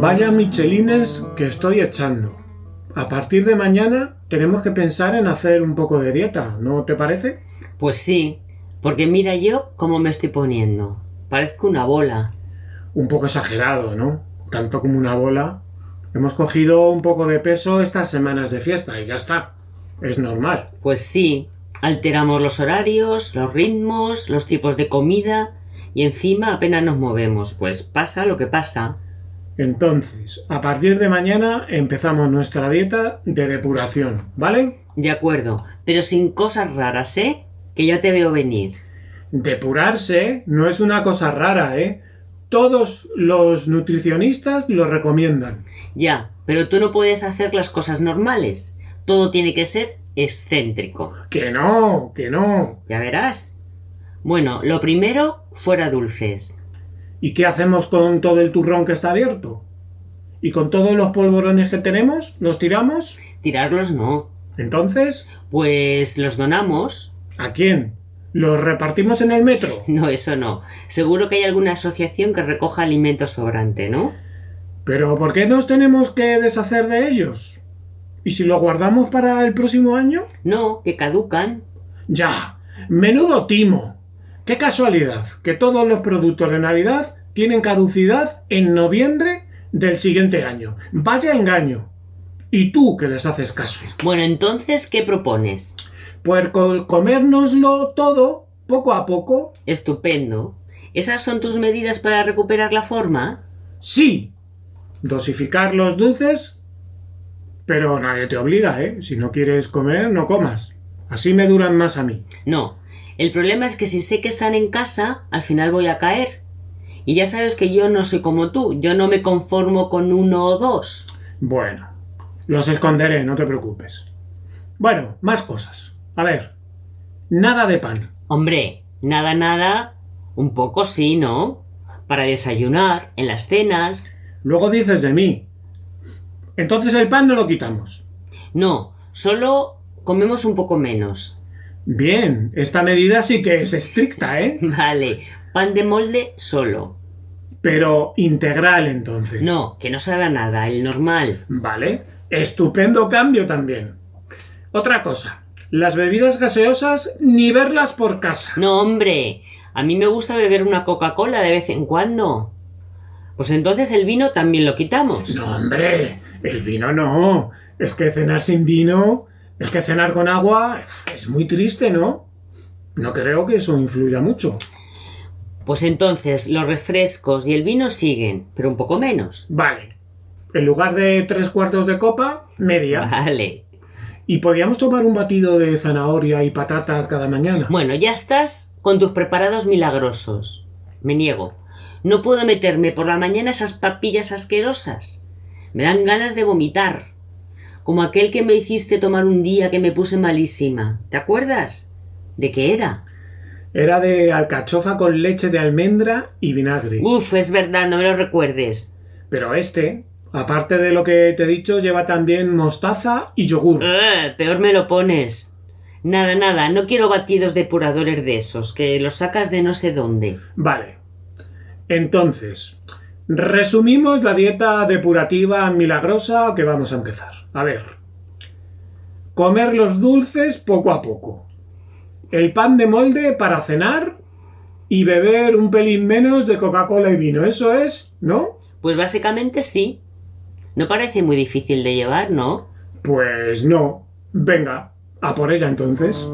Vaya michelines que estoy echando. A partir de mañana tenemos que pensar en hacer un poco de dieta, ¿no te parece? Pues sí, porque mira yo cómo me estoy poniendo. Parezco una bola. Un poco exagerado, ¿no? Tanto como una bola. Hemos cogido un poco de peso estas semanas de fiesta y ya está. Es normal. Pues sí, alteramos los horarios, los ritmos, los tipos de comida y encima apenas nos movemos, pues pasa lo que pasa. Entonces, a partir de mañana empezamos nuestra dieta de depuración, ¿vale? De acuerdo, pero sin cosas raras, ¿eh? Que ya te veo venir. Depurarse no es una cosa rara, ¿eh? Todos los nutricionistas lo recomiendan. Ya, pero tú no puedes hacer las cosas normales. Todo tiene que ser excéntrico. Que no, que no. Ya verás. Bueno, lo primero, fuera dulces. ¿Y qué hacemos con todo el turrón que está abierto? ¿Y con todos los polvorones que tenemos? ¿Los tiramos? Tirarlos no. Entonces, Pues los donamos. ¿a quién? ¿Los repartimos en el metro? No, eso no. Seguro que hay alguna asociación que recoja alimento sobrante, ¿no? Pero ¿por qué nos tenemos que deshacer de ellos? ¿Y si los guardamos para el próximo año? No, que caducan. Ya, menudo timo. Qué casualidad que todos los productos de Navidad tienen caducidad en noviembre del siguiente año. Vaya engaño. ¿Y tú que les haces caso? Bueno, entonces, ¿qué propones? Pues co- comérnoslo todo, poco a poco. Estupendo. ¿Esas son tus medidas para recuperar la forma? Sí. Dosificar los dulces. Pero nadie te obliga, ¿eh? Si no quieres comer, no comas. Así me duran más a mí. No. El problema es que si sé que están en casa, al final voy a caer. Y ya sabes que yo no soy como tú, yo no me conformo con uno o dos. Bueno, los esconderé, no te preocupes. Bueno, más cosas. A ver, nada de pan. Hombre, nada, nada, un poco sí, ¿no? Para desayunar, en las cenas. Luego dices de mí. Entonces el pan no lo quitamos. No, solo comemos un poco menos. Bien, esta medida sí que es estricta, ¿eh? Vale, pan de molde solo. Pero integral entonces. No, que no sabe a nada, el normal. Vale, estupendo cambio también. Otra cosa, las bebidas gaseosas ni verlas por casa. No, hombre, a mí me gusta beber una Coca-Cola de vez en cuando. Pues entonces el vino también lo quitamos. No, hombre, el vino no. Es que cenar sin vino, es que cenar con agua, es muy triste, ¿no? No creo que eso influya mucho. Pues entonces los refrescos y el vino siguen, pero un poco menos. Vale, en lugar de tres cuartos de copa, media. Vale. Y podíamos tomar un batido de zanahoria y patata cada mañana. Bueno, ya estás con tus preparados milagrosos. Me niego. No puedo meterme por la mañana esas papillas asquerosas. Me dan ganas de vomitar. Como aquel que me hiciste tomar un día que me puse malísima. ¿Te acuerdas? ¿De qué era? Era de alcachofa con leche de almendra y vinagre. Uf, es verdad, no me lo recuerdes. Pero este, aparte de lo que te he dicho, lleva también mostaza y yogur. Eh, peor me lo pones. Nada, nada, no quiero batidos depuradores de esos, que los sacas de no sé dónde. Vale. Entonces, resumimos la dieta depurativa milagrosa que vamos a empezar. A ver. Comer los dulces poco a poco. El pan de molde para cenar y beber un pelín menos de Coca-Cola y vino. Eso es, ¿no? Pues básicamente sí. No parece muy difícil de llevar, ¿no? Pues no. Venga, a por ella entonces.